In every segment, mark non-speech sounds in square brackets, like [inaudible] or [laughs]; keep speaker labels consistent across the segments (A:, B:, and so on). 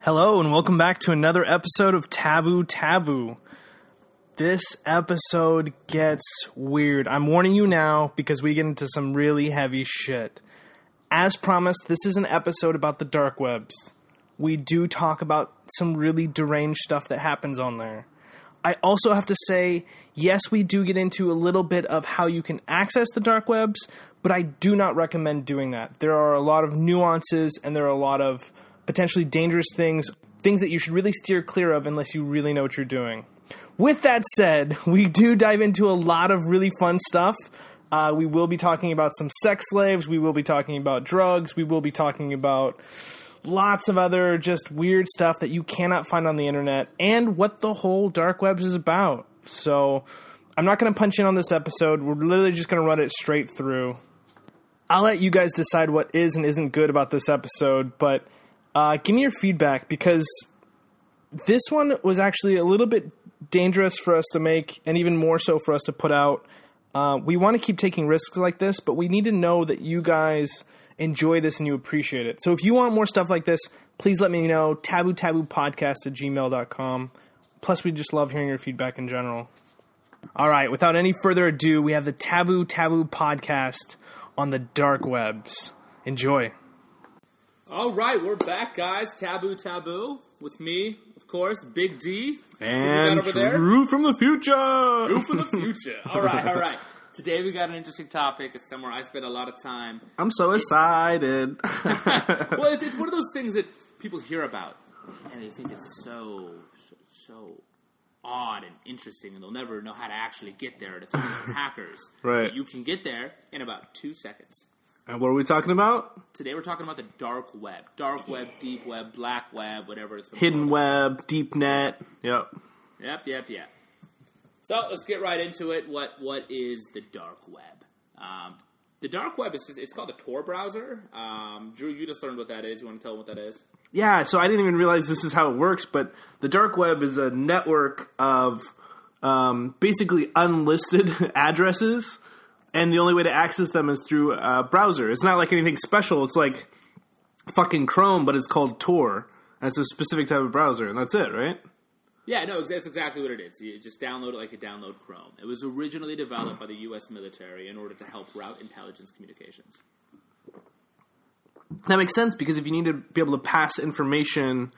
A: Hello, and welcome back to another episode of Taboo Taboo. This episode gets weird. I'm warning you now because we get into some really heavy shit. As promised, this is an episode about the dark webs. We do talk about some really deranged stuff that happens on there. I also have to say, yes, we do get into a little bit of how you can access the dark webs, but I do not recommend doing that. There are a lot of nuances and there are a lot of potentially dangerous things, things that you should really steer clear of unless you really know what you're doing. With that said, [laughs] we do dive into a lot of really fun stuff. Uh, we will be talking about some sex slaves, we will be talking about drugs, we will be talking about lots of other just weird stuff that you cannot find on the internet and what the whole dark webs is about. So I'm not going to punch in on this episode. We're literally just going to run it straight through. I'll let you guys decide what is and isn't good about this episode, but uh, give me your feedback because this one was actually a little bit dangerous for us to make and even more so for us to put out. Uh, we want to keep taking risks like this, but we need to know that you guys enjoy this and you appreciate it. So if you want more stuff like this, please let me know. Taboo Taboo Podcast at gmail.com. Plus, we just love hearing your feedback in general. All right, without any further ado, we have the Taboo Taboo Podcast on the dark webs. Enjoy.
B: All right, we're back, guys. Taboo, taboo. With me, of course, Big D.
A: And
B: over there?
A: Drew from the future.
B: Who for the future? All right, all
A: [laughs]
B: right. Today we got an interesting topic. It's somewhere I spent a lot of time.
A: I'm so excited.
B: Well, it's, it's one of those things that people hear about, and they think it's so, so, so odd and interesting, and they'll never know how to actually get there. And
A: [laughs]
B: it's only for hackers.
A: Right.
B: But you can get there in about two seconds.
A: [laughs] and what are we talking about?
B: Today we're talking about the dark web, dark web, deep web, black web, whatever it's been
A: Hidden
B: called.
A: web, deep net. Yep.
B: Yep, yep, yep. So let's get right into it. What what is the dark web? Um, the dark web is just, it's called the Tor browser. Um, Drew, you just learned what that is. You want to tell them what that is?
A: Yeah, so I didn't even realize this is how it works, but the dark web is a network of um, basically unlisted [laughs] addresses, and the only way to access them is through a browser. It's not like anything special. It's like fucking Chrome, but it's called Tor, and it's a specific type of browser, and that's it, right?
B: Yeah, no, ex- that's exactly what it is. You just download it like you download Chrome. It was originally developed by the U.S. military in order to help route intelligence communications.
A: That makes sense because if you need to be able to pass information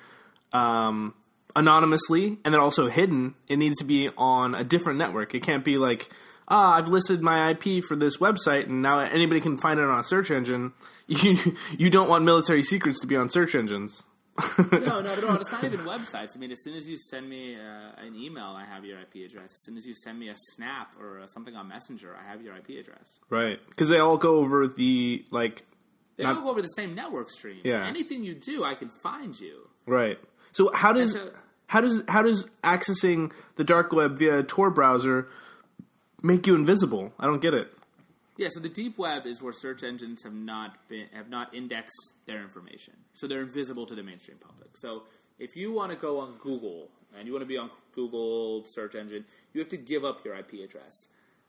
A: um, anonymously and then also hidden, it needs to be on a different network. It can't be like, ah, I've listed my IP for this website and now anybody can find it on a search engine. [laughs] You you don't want military secrets to be on search engines.
B: [laughs] No, not at all. It's not even websites. I mean, as soon as you send me uh, an email, I have your IP address. As soon as you send me a snap or uh, something on Messenger, I have your IP address.
A: Right. Because they all go over the, like,
B: They
A: Not-
B: all go over the same network stream.
A: Yeah.
B: Anything you do, I can find you.
A: Right. So how does
B: And so-
A: how does how does accessing the dark web via a Tor browser make you invisible? I don't get it.
B: Yeah, so the deep web is where search engines have not been have not indexed their information. So they're invisible to the mainstream public. So if you want to go on Google and you want to be on Google search engine, you have to give up your IP address.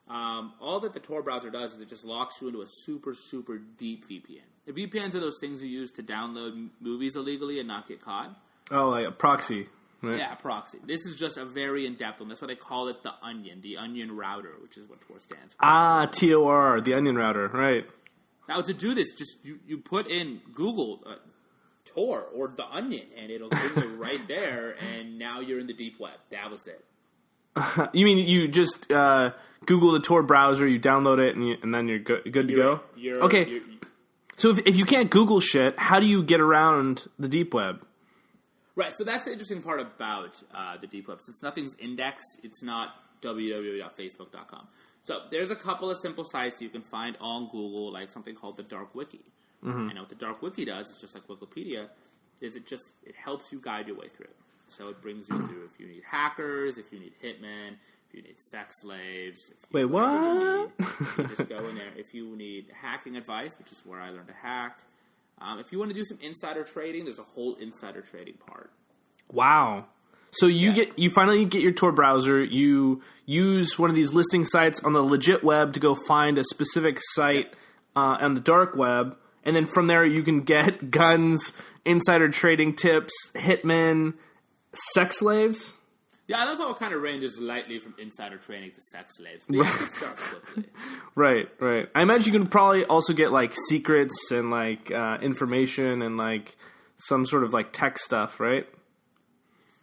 B: Um, all that the Tor browser does is it just locks you into a super, super deep VPN. The VPNs are those things you use to download m- movies illegally and not get caught.
A: Oh, like a proxy. Right?
B: Yeah, proxy. This is just a very in-depth one. That's why they call it the Onion, the Onion Router, which is what Tor stands for.
A: Ah, Tor, the onion router, right?
B: Now to do this, just you, you put in Google uh, Tor or the Onion, and it'll bring you [laughs] right there. And now you're in the deep web. That was it.
A: You mean you just uh, Google the Tor browser, you download it, and, you, and then you're go- good to go.
B: You're,
A: okay,
B: You're,
A: so if, if you can't Google shit, how do you get around the deep web?
B: right. So that's the interesting part about uh, the deep web. Since nothing's indexed, it's not www.facebook.com. So there's a couple of simple sites you can find on Google, like something called the Dark Wiki.
A: Hmm.
B: And what the Dark Wiki does is just like Wikipedia, is it just it helps you guide your way through. So it brings you through if you need hackers, if you need hitmen, if you need sex slaves. If you
A: Wait,
B: whatever you
A: what?
B: need, you just go
A: [laughs]
B: in there. If you need hacking advice, which is where I learned to hack. Um, if you want to do some insider trading, there's a whole insider trading part.
A: Wow. So you
B: Yeah.
A: get you finally get your Tor browser. You use one of these listing sites on the legit web to go find a specific site uh, on the dark web, and then from there you can get [laughs] guns, insider trading tips, hitmen, sex slaves.
B: Yeah, I love how it kind of ranges lightly from insider training to sex slaves. But yeah, it starts quickly.
A: Right, right. I imagine you can probably also get like secrets and like uh, information and like some sort of like tech stuff, right?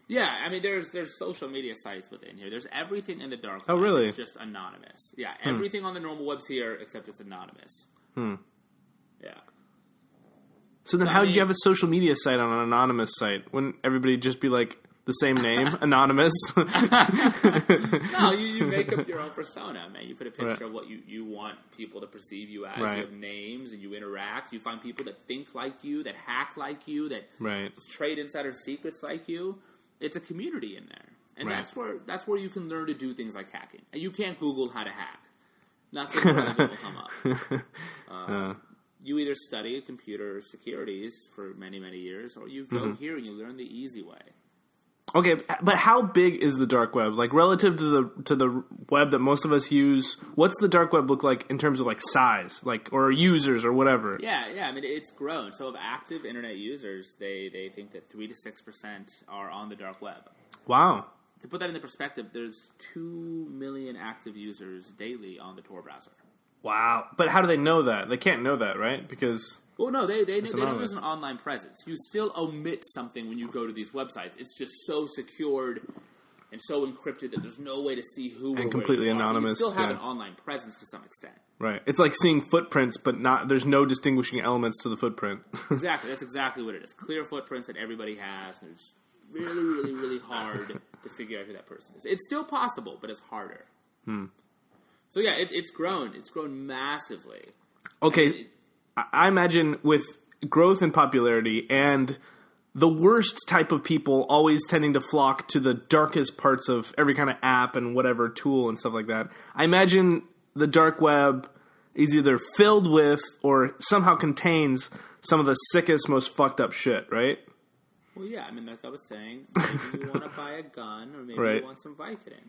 B: Yeah, I mean, there's there's social media sites within here. There's everything in the dark.
A: Oh,
B: web.
A: really? Hmm.
B: It's just anonymous. Yeah, everything on the normal web's here except it's anonymous. Hmm. Yeah.
A: So then,
B: I
A: how did
B: mean-
A: you have a social media site on an anonymous site? Wouldn't everybody just be like the same name, [laughs] anonymous?
B: No, you,
A: [laughs]
B: you make up your own persona, man. You put a picture
A: Right.
B: of what you, you want people to perceive you as.
A: Right.
B: You have names and you interact. You find people that think like you, that hack like you, that
A: right.
B: trade insider secrets like you. It's a community in there, and
A: Right.
B: that's where that's where you can learn to do things like hacking. And you can't Google how to hack. Nothing relevant will come up. Um, You either study computer securities for many many years, or you go here and you learn the easy way.
A: Okay, but how big is the dark web? Like relative to the to the web that most of us use, what's the dark web look like in terms of like size, like or users or whatever?
B: Yeah, yeah. I mean, it's grown. So of active internet users, they they think that three to six percent are on the dark web.
A: Wow.
B: To put that into perspective, there's two million active users daily on the Tor browser.
A: Wow. But how do they know that? They can't know that, right? Because
B: Well, no, they they, they know
A: anonymous.
B: there's an online presence. You still omit something when you go to these websites. It's just so secured and so encrypted that there's no way to see who and
A: completely anonymous,
B: You still have
A: yeah.
B: an online presence to some extent.
A: right. It's like seeing footprints but not there's no distinguishing elements to the footprint. [laughs]
B: Exactly. That's exactly what it is. Clear footprints that everybody has. And it's really, really, really hard to figure out who that person is. It's still possible, but it's harder.
A: Hmm.
B: So yeah, it, it's grown. It's grown massively.
A: okay, I I imagine with growth in popularity and the worst type of people always tending to flock to the darkest parts of every kind of app and whatever tool and stuff like that. I imagine the dark web is either filled with or somehow contains some of the sickest, most fucked up shit, right?
B: Well, yeah. I mean, like I was saying, maybe you want to [laughs] buy a gun, or maybe
A: Right.
B: you want some Vicodin.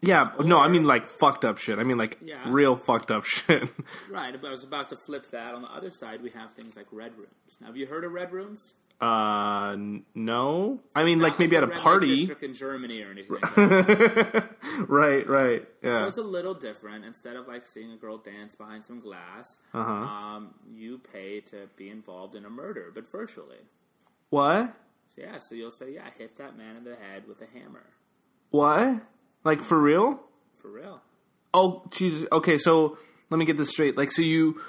A: Yeah, no, I mean like fucked up shit. I mean like
B: Yeah.
A: real fucked up [laughs] shit.
B: Right. But I was about to flip that. On the other side, we have things like red rooms. Now, have you heard of red rooms?
A: Uh, n- no. I mean like
B: Not
A: maybe
B: the
A: at a
B: red light
A: party.
B: district in Germany or anything.
A: [laughs]
B: Like that.
A: Right, right. Yeah.
B: So it's a little different. Instead of like seeing a girl dance behind some glass,
A: Uh-huh.
B: um, you pay to be involved in a murder, but virtually.
A: what?
B: So, yeah, so you'll say, yeah, hit that man in the head with a hammer.
A: What? Like for real?
B: For real.
A: Oh, Jesus. Okay, so let me get this straight. Like, so you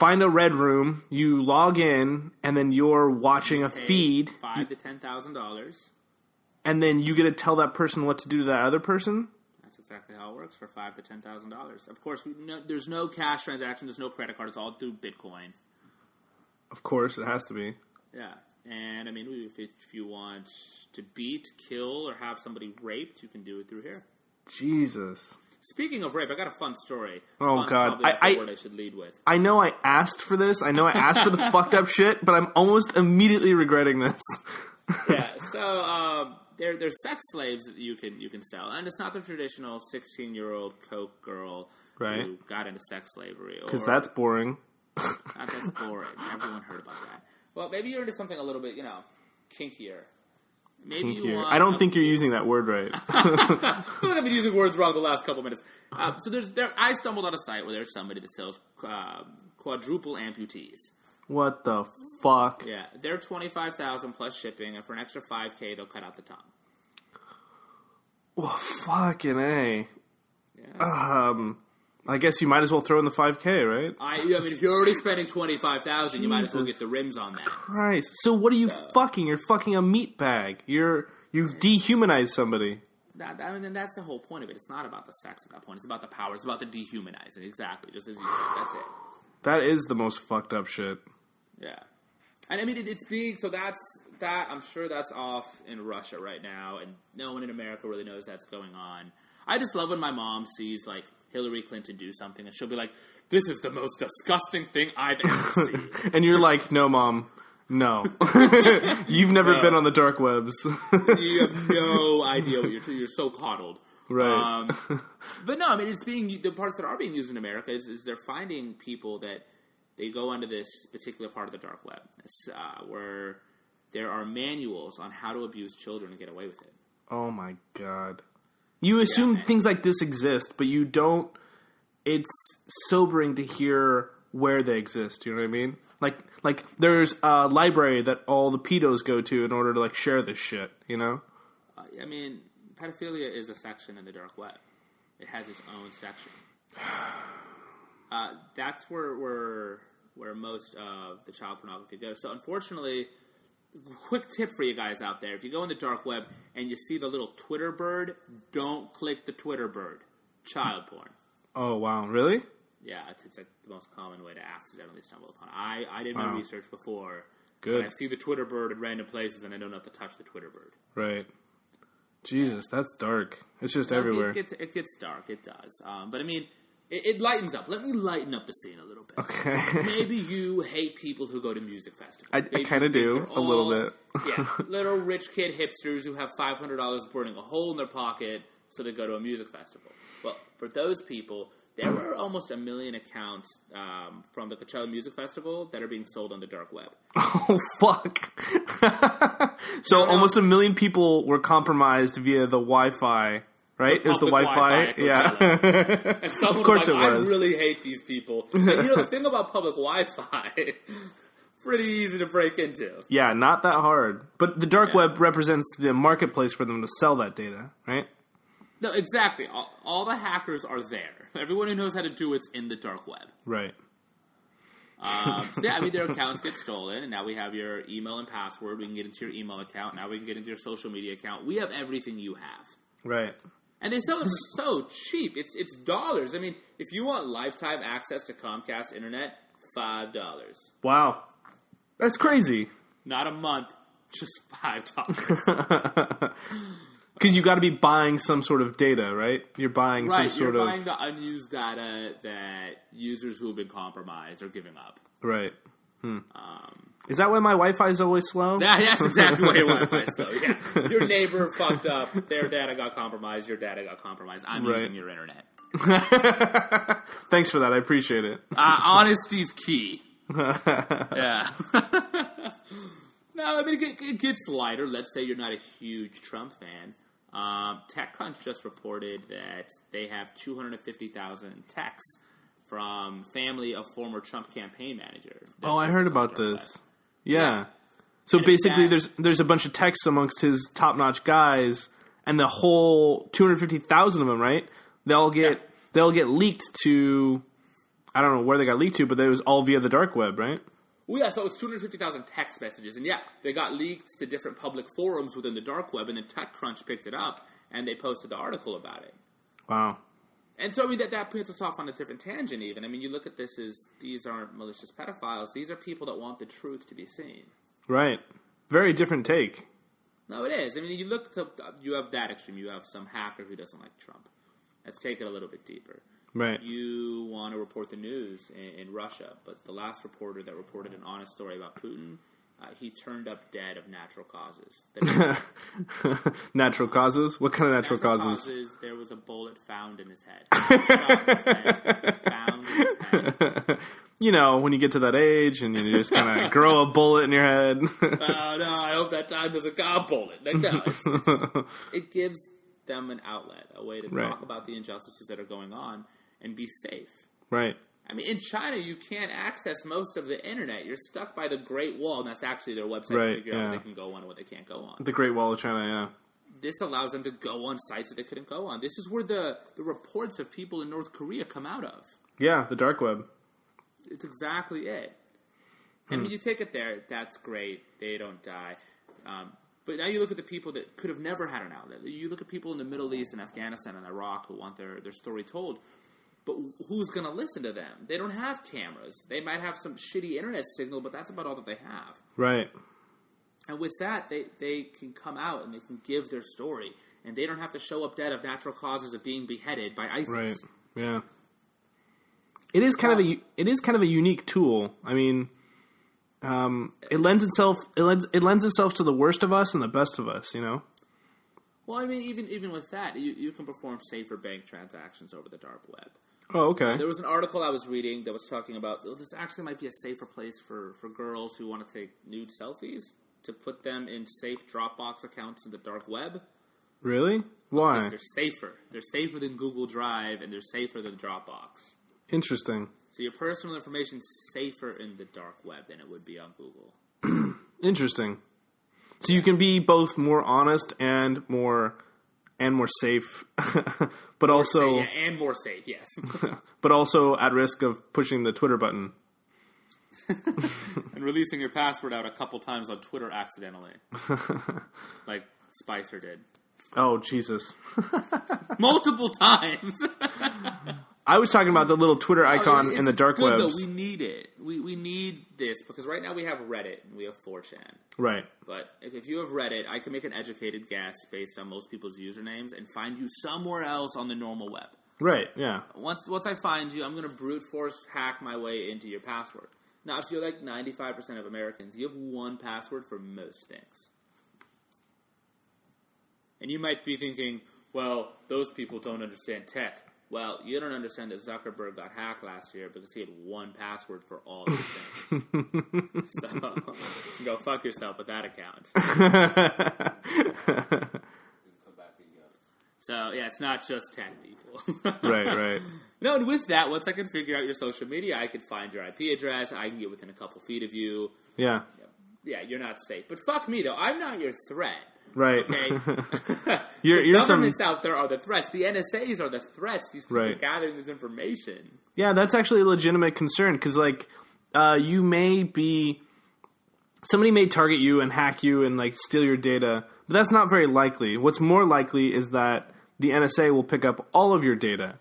A: find a red room, you log in, and then you're watching a
B: Pay
A: feed,
B: Five to ten thousand dollars.
A: and then you get to tell that person what to do to that other person.
B: That's exactly how it works for five to ten thousand dollars. Of course, we, no, there's no cash transaction. There's no credit card. It's all through Bitcoin.
A: Of course, it has to be.
B: Yeah, and I mean, if, if you want to beat, kill, or have somebody raped, you can do it through here.
A: Jesus.
B: Speaking of rape, I got a fun story.
A: Oh,
B: Fun's
A: God.
B: probably not
A: I-
B: the
A: I-
B: word I should lead with.
A: I know I asked for this. I know I asked for the fucked up shit, but I'm almost immediately regretting this.
B: yeah. So um, they're they're sex slaves that you can you can sell, and it's not the traditional sixteen year old coke girl who
A: Right.
B: got into sex slavery.
A: Because that's boring.
B: not, that's boring. Everyone heard about that. Well, maybe you're into something a little bit you know kinkier. Maybe
A: Thank
B: you
A: you.
B: want
A: I don't
B: a-
A: think you're using that word right. [laughs]
B: I feel like I've been using words wrong the last couple minutes. Uh, so there's there. I stumbled on a site where there's somebody that sells uh, quadruple amputees.
A: what the fuck?
B: Yeah, they're twenty five thousand plus shipping, and for an extra five k, they'll cut out the tongue.
A: Well, fucking A.
B: Yeah.
A: Um, I guess you might as well throw in the 5K, right?
B: I, I mean, if you're already spending twenty five thousand, you might as well
A: Jesus.
B: get the rims on that.
A: Christ. So what are you fucking? You're fucking a meat bag. You're you've dehumanized somebody.
B: That, that- I mean, then that's the whole point of it. It's not about the sex at that point. It's about the power. It's about the dehumanizing. Exactly, just as you said. That's it.
A: That is the most fucked up shit.
B: Yeah, and I mean, it, it's being so that's that. I'm sure that's off in Russia right now, and no one in America really knows that's going on. I just love when my mom sees like Hillary Clinton do something, and she'll be like, "This is the most disgusting thing I've ever seen."
A: And you're like, no, mom, no. [laughs] you've never been on the dark webs. [laughs]
B: you have no idea what you're doing. You're so coddled.
A: Right.
B: Uh, Um, but no, I mean, it's being the parts that are being used in America is, is they're finding people that they go into this particular part of the dark web It's, uh, where there are manuals on how to abuse children and get away with it.
C: Oh my god.
A: You assume things like this exist, but you don't. It's sobering to hear where they exist. You know what I mean? Like, like there's a library that all the pedos go to in order to like share this shit. You know?
B: Uh, I mean, pedophilia is a section in the dark web. It has its own section. [sighs] Uh, that's where where where most of the child pornography goes. So unfortunately, quick tip for you guys out there: if you go in the dark web and you see the little Twitter bird, don't click the Twitter bird. Child porn.
A: Oh wow, really?
B: Yeah, it's, it's like the most common way to accidentally stumble upon. I I did my
A: Wow.
B: research before.
A: Good.
B: but I see the Twitter bird in random places, and I don't know if to touch the Twitter bird.
A: Right. Jesus, that's dark. It's just
B: Well, it-
A: everywhere.
B: It gets, it gets dark. It does. Um, but I mean, it, it lightens up. Let me lighten up the scene a little bit.
A: Okay.
B: Maybe you hate people who go to music festivals.
A: I- I
B: Maybe you
A: kinda
B: think
A: do,
B: they're
A: a little
B: all-
A: bit.
B: [laughs]
A: [laughs]
B: yeah, little rich kid hipsters who have five hundred dollars burning a hole in their pocket, so they go to a music festival. Well, for those people, there are almost a million accounts um, from the Coachella Music Festival that are being sold on the dark web.
A: [laughs] oh fuck. [laughs] so almost a million people were compromised via the Wi-Fi. Right? It was the
B: Public
A: Wi-Fi.
B: at
A: Yeah.
B: Coachella. And someone
A: Of course
B: was like,
A: it was.
B: I really hate these
A: [laughs]
B: people. And you know, the thing about public Wi-Fi, [laughs] pretty easy to break into.
A: Yeah, not that hard. But the dark
B: Yeah.
A: web represents the marketplace for them to sell that data, right?
B: No, exactly. All, all the hackers are there. Everyone who knows how to do it's in the dark web.
A: Right.
B: Um, so yeah, I mean, their accounts get stolen, and now we have your email and password. We can get into your email account. Now we can get into your social media account. We have everything you have.
A: Right.
B: And they sell it for so cheap. It's it's dollars. I mean, if you want lifetime access to Comcast internet, five dollars.
A: Wow. That's crazy.
B: Not a month, just five dollars.
A: Because you got to be buying some sort of data, right? You're buying
B: Right,
A: some
B: you're
A: sort of
B: buying the unused data that users who have been compromised are giving up.
A: right. Hmm. is that why my Wi-Fi is always slow?
B: Um, That, that's exactly what it was. So
A: [laughs]
B: yeah, your neighbor fucked up. Their data got compromised. Your data got compromised. I'm
A: Right.
B: using your internet.
A: Thanks for that. I appreciate it.
B: Uh, honesty's
A: [laughs]
B: key. yeah. [laughs] no, I mean it, it gets lighter. Let's say you're not a huge Trump fan. Um, TechCrunch just reported that they have 250,000 texts from family of former Trump campaign manager.
A: Oh, I heard about this. Yeah. So
B: it's
A: basically,
B: that-
A: there's there's a bunch of texts amongst his top notch guys, and the whole two hundred fifty thousand of them, right? They'll get
B: Yeah.
A: they'll get leaked to, I don't know where they got leaked to, but it was all via the dark web, right?
B: Well, yeah, so it's 250,000 text messages. And yeah, they got leaked to different public forums within the dark web, and then TechCrunch picked it up and they posted the article about it.
A: Wow.
B: And so I mean that that puts us off on a different tangent. Even I mean, you look at this as these aren't malicious pedophiles; these are people that want the truth to be seen.
A: Right. Very different take.
B: No, it is. I mean, you look to you have that extreme. You have some hacker who doesn't like Trump. Let's take it a little bit deeper.
A: Right.
B: You want to report the news in, in Russia, but the last reporter that reported an honest story about Putin, uh, he turned up dead of
A: [laughs]
B: natural causes. That means
A: [laughs] natural causes. What kind of natural,
B: natural
A: causes?
B: causes. There was a bullet found in his head. Shot in his head. Found in his head.
A: You know, when you get to that age and you just kind [laughs] of grow a bullet in your head. [laughs]
B: oh no, I hope that time doesn't cop bullet. Like, no,
A: [laughs]
B: it's, it's- it gives them an outlet, a way to
A: Right.
B: talk about the injustices that are going on and be safe.
A: right.
B: I mean, in China, you can't access most of the internet. You're stuck by the Great Wall, and that's actually their website
A: Right,
B: to figure out
A: yeah.
B: what they can go on and what they can't go on.
A: The Great Wall of China. Yeah.
B: This allows them to go on sites that they couldn't go on. This is where the, the reports of people in North Korea come out of.
A: Yeah. The dark web.
B: It's exactly it. I mean, you take it there. That's great. They don't die. Um, but now you look at the people that could have never had an outlet. You look at people in the Middle East and Afghanistan and Iraq who want their, their story told. But who's going to listen to them? They don't have cameras. They might have some shitty internet signal, but that's about all that they have.
A: Right.
B: And with that, they, they can come out and they can give their story. And they don't have to show up dead of natural causes of being beheaded by ISIS.
A: Right. Yeah. It is kind of a u- it is kind of a unique tool. I mean, um, it lends itself it lends it lends itself to the worst of us and the best of us. You know.
B: Well, I mean, even even with that, you, you can perform safer bank transactions over the dark web.
A: Oh, okay.
B: There was an article I was reading that was talking about oh, this actually might be a safer place for, for girls who want to take nude selfies to put them in safe Dropbox accounts in the dark web.
A: Really? Why?
B: They're safer. They're safer than Google Drive and they're safer than Dropbox.
A: Interesting.
B: So your personal information's safer in the dark web than it would be on Google.
A: Interesting. So you can be both more honest and more and more safe, [laughs] but also
B: yeah, and more safe, yes.
A: but also at risk of pushing the Twitter button.
B: and releasing your password out a couple times on Twitter accidentally. like Spicer did.
A: Oh Jesus!
B: Multiple times. [laughs]
A: I was talking about the little Twitter icon in the dark
B: Oh, Good
A: web.
B: though, we need it. We we need this because right now we have Reddit and we have 4chan.
A: Right.
B: But if, if you have Reddit, I can make an educated guess based on most people's usernames and find you somewhere else on the normal web.
A: Right. Yeah.
B: Once once I find you, I'm going to brute force hack my way into your password. Now, if you're like 95% of Americans, you have one password for most things. And you might be thinking, well, those people don't understand tech. Well, you don't understand that Zuckerberg got hacked last year because he had one password for all these things.
A: [laughs]
B: so go fuck yourself with that account. So yeah, it's not just tech people.
A: Right. Right.
B: No, and with that, once I can figure out your social media, I can find your IP address. I can get within a couple feet of you.
A: Yeah.
B: Yeah, you're not safe. But fuck me though, I'm not your threat.
A: Right. [laughs]
B: Okay, [laughs]
A: You're,
B: the
A: you're some.
B: governments out there are the threats. The NSA's are the threats. These people
A: Right.
B: gathering this information.
A: Yeah, that's actually a legitimate concern because, like, uh, you may be somebody may target you and hack you and like steal your data, but that's not very likely. What's more likely is that the NSA will pick up all of your data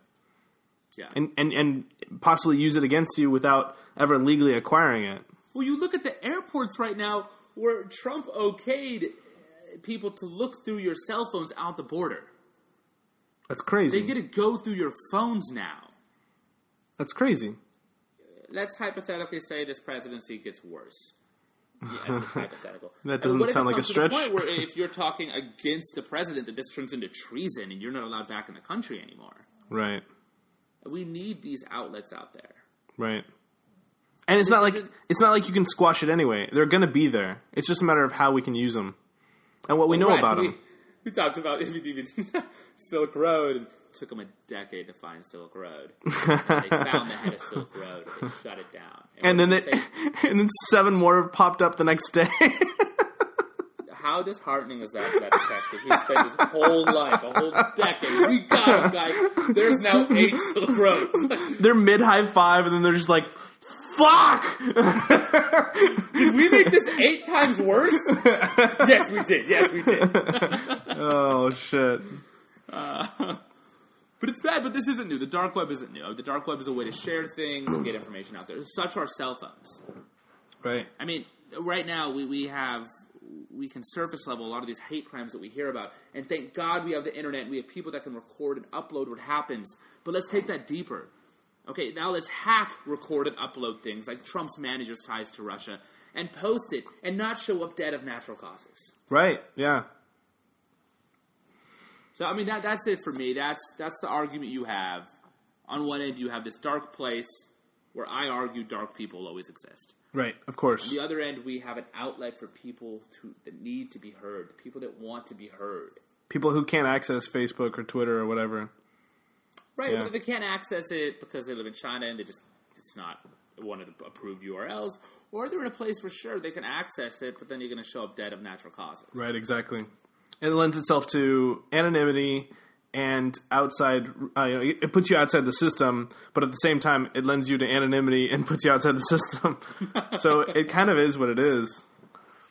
B: Yeah.
A: and and, and possibly use it against you without ever legally acquiring it.
B: well, you look at the airports right now, where Trump okayed uh, people to look through your cell phones out the border.
A: That's
B: They
A: crazy.
B: get to go through your phones now.
A: that's crazy.
B: let's hypothetically say this presidency gets worse. Yeah,
A: [laughs]
B: that's just hypothetical.
A: That
B: And
A: doesn't
B: what if it
A: sound like a
B: comes to the
A: stretch.
B: point where if you're talking against the president, that this turns into treason and you're not allowed back in the country anymore.
A: Right.
B: We need these outlets out there.
A: Right. And it's not like
B: isn't-
A: it's not like you can squash it anyway. They're going to be there. It's just a matter of how we can use them and what we know
B: Right,
A: about
B: we,
A: them.
B: We talked about even [laughs] Silk Road. and It took them a decade to find Silk Road. And they found the head of Silk Road. and They shut it down.
A: [laughs] and
B: what
A: then it,
B: did they
A: [laughs]
B: say?
A: and then seven more popped up the next day. [laughs]
B: How disheartening is that for that detective? He spent his whole life, a whole decade. We got him, guys. There's now eight Silk Roads.
A: they're mid high five, and then they're just like, "Fuck!"
B: we make this eight times worse? yes, we did. Yes, we did.
A: oh shit!
B: But it's bad. But this isn't new. The dark web isn't new. The dark web is a way to share things and get information out there. Such are cell phones.
A: Right.
B: I mean, right now we, we have we can surface level a lot of these hate crimes that we hear about, and thank God we have the internet. and We have people that can record and upload what happens. But let's take that deeper. Okay, now let's hack, record, and upload things like Trump's manager's ties to Russia, and post it, and not show up dead of natural causes.
A: Right. Yeah.
B: So I mean that that's it for me. That's that's the argument you have. On one end, you have this dark place where I argue dark people always exist.
A: Right. Of course.
B: the other end, we have an outlet for people to, that need to be heard, people that want to be heard.
A: People who can't access Facebook or Twitter or whatever.
B: Right,
A: Yeah.
B: but they can't access it because they live in China and they just it's not one of the approved URLs, or they're in a place where sure they can access it, but then you're going to show up dead of natural causes.
A: Right. Exactly. It lends itself to anonymity and outside. Uh, you know, it it puts you outside the system, but at the same time, it lends you to anonymity and puts you outside the [laughs] system. so it kind of is what it is.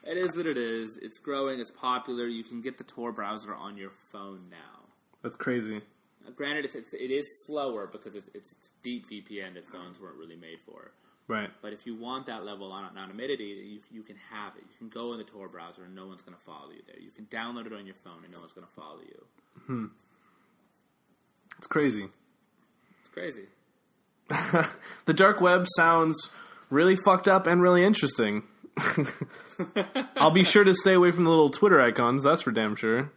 B: It is what it is. It's growing. It's popular. You can get the Tor browser on your phone now.
A: That's crazy.
B: Uh, Granted, it's, it's, it is slower because it's, it's, it's deep VPN that phones weren't really made for.
A: Right.
B: But if you want that level of anonymity, you, you can have it. You can go in the Tor browser and no one's going to follow you there. You can download it on your phone and no one's going to follow you.
A: It's crazy.
B: It's crazy.
A: The dark web sounds really fucked up and really interesting.
D: [laughs]
A: I'll be sure to stay away from the little Twitter icons, that's for damn sure.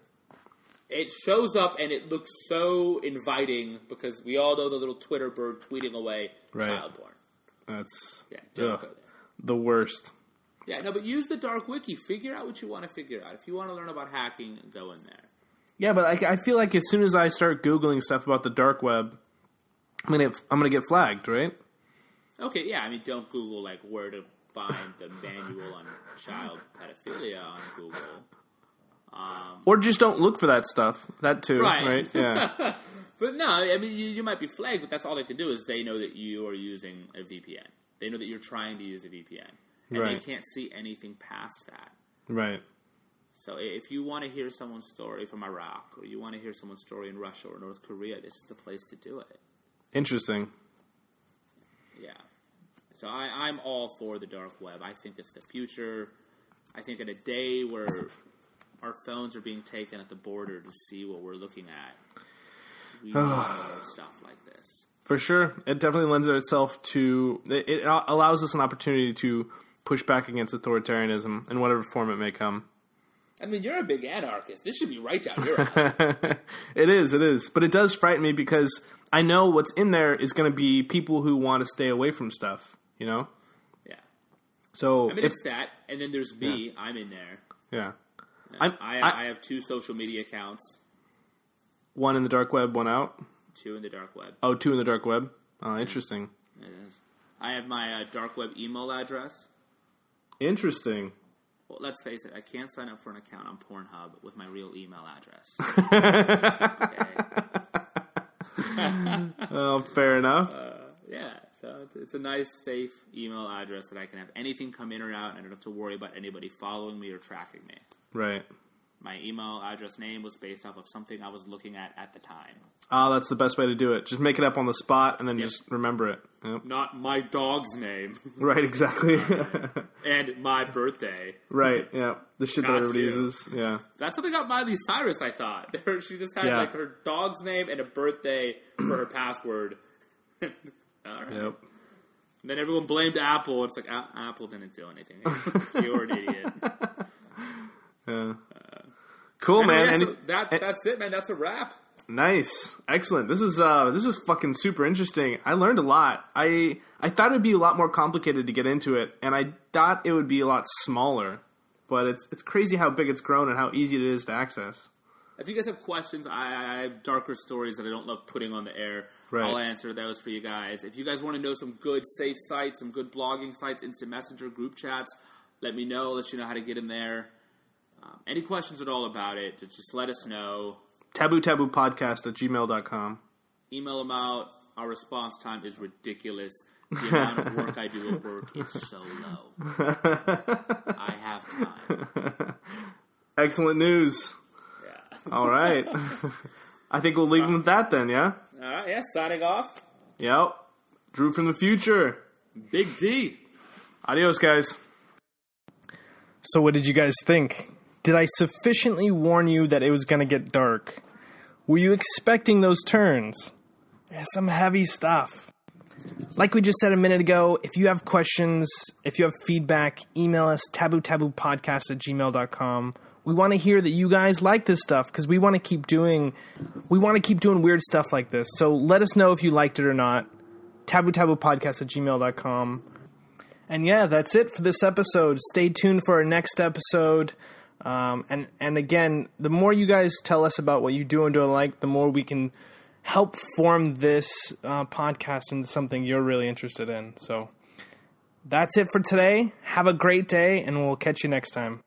B: It shows up and it looks so inviting because we all know the little Twitter bird tweeting away
D: Right.
B: child porn.
D: That's
B: Yeah, don't
D: ugh,
B: go there.
D: the worst.
B: Yeah, no, but use the dark wiki. Figure out what you want to figure out. If you want to learn about hacking, go in there.
D: Yeah, but I, I feel like as soon as I start googling stuff about the dark web, I'm gonna I'm gonna get flagged, right?
B: Okay, yeah, I mean, don't Google like where to find the manual on child pedophilia on Google.
D: Or just don't look for that stuff. That too,
B: Right.
D: right?
B: [laughs]
D: Yeah,
B: But no, I mean, you, you might be flagged, but that's all they can do is they know that you are using a VPN. They know that you're trying to use a VPN, and they
D: Right.
B: can't see anything past that.
D: right.
B: So i- if you want to hear someone's story from Iraq, or you want to hear someone's story in Russia or North Korea, this is the place to do it.
D: Interesting.
B: Yeah. So I, I'm all for the dark web. I think it's the future. I think in a day where our phones are being taken at the border to see what we're looking at, we need more stuff like this.
D: For sure, it definitely lends itself to it, it al- allows us an opportunity to push back against authoritarianism in whatever form it may come.
B: I mean, you're a big anarchist. This should be right
D: [laughs]
B: down your alley.
D: It is, it is, but it does frighten me because I know what's in there is going to be people who want to stay away from stuff. You know,
B: yeah.
D: so
B: I mean,
D: if,
B: it's that, and then there's me. I'm in there.
D: yeah,
B: I,
D: I'm-
B: I, have two social media accounts,
D: one in the dark web, one out.
B: two in the dark web.
D: Oh, two in the dark web. Oh, interesting.
B: It is. I have my uh, dark web email address.
D: Interesting.
B: Well, let's face it, I can't sign up for an account on Pornhub with my real email address.
D: [laughs]
B: okay.
D: Oh, fair enough.
B: Yeah, so it's- it's a nice, safe email address that I can have anything come in or out, and I don't have to worry about anybody following me or tracking me.
D: right.
B: My email address name was based off of something I was looking at at the time.
D: Oh, that's the best way to do it. Just make it up on the spot and then
B: Yep.
D: just remember it. Yep. [laughs]
B: Not my dog's name
D: Right, exactly. [laughs]
B: and my birthday.
D: right, yeah. The shit
B: Got
D: that everybody
B: you.
D: uses. Yeah.
B: That's something about Miley Cyrus, I thought. [laughs] she just had
D: Yeah.
B: like her dog's name and a birthday for her password. All right.
D: Yep.
B: And then everyone blamed Apple. It's like "A- Apple didn't do anything. [laughs] You're an
D: [laughs]
B: idiot.
D: Oh, Cool,
B: I mean,
D: man.
B: that's-
D: Any-
B: that,
D: and-
B: that's it, man. That's a wrap.
D: nice. Excellent. This is uh this is fucking super interesting. I learned a lot. I I thought it'd be a lot more complicated to get into it and I thought it would be a lot smaller. But it's it's crazy how big it's grown and how easy it is to access.
B: If you guys have questions, I, I have darker stories that I don't love putting on the air.
D: Right.
B: I'll answer those for you guys. If you guys want to know some good safe sites, some good blogging sites, instant messenger, group chats, let me know. Let you know how to get in there. Um, any questions at all about it, just, just let us know.
D: Taboo taboo podcast at gmail.com.
B: Email them out. Our response time is ridiculous. The amount of work I do at work is so low. I have time.
D: Excellent news.
B: Yeah.
D: All right. [laughs] I think we'll leave him with that then, yeah?
B: All right, yeah, signing off.
D: Yep. Drew from the future.
B: Big D.
D: Adios, guys.
A: So, what did you guys think? Did I sufficiently warn you that it was going to get dark? Were you expecting those turns? Yeah, some heavy stuff. Like we just said a minute ago, if you have questions, if you have feedback, email us taboo taboo podcast at gmail.com. We want to hear that you guys like this stuff because we want to keep doing we want to keep doing weird stuff like this. So let us know if you liked it or not. Taboo taboo podcast at gmail.com. And yeah, that's it for this episode. Stay tuned for our next episode. Um, and and again, the more you guys tell us about what you do and don't like, the more we can help form this uh, podcast into something you're really interested in. So that's it for today. Have a great day, and we'll catch you next time.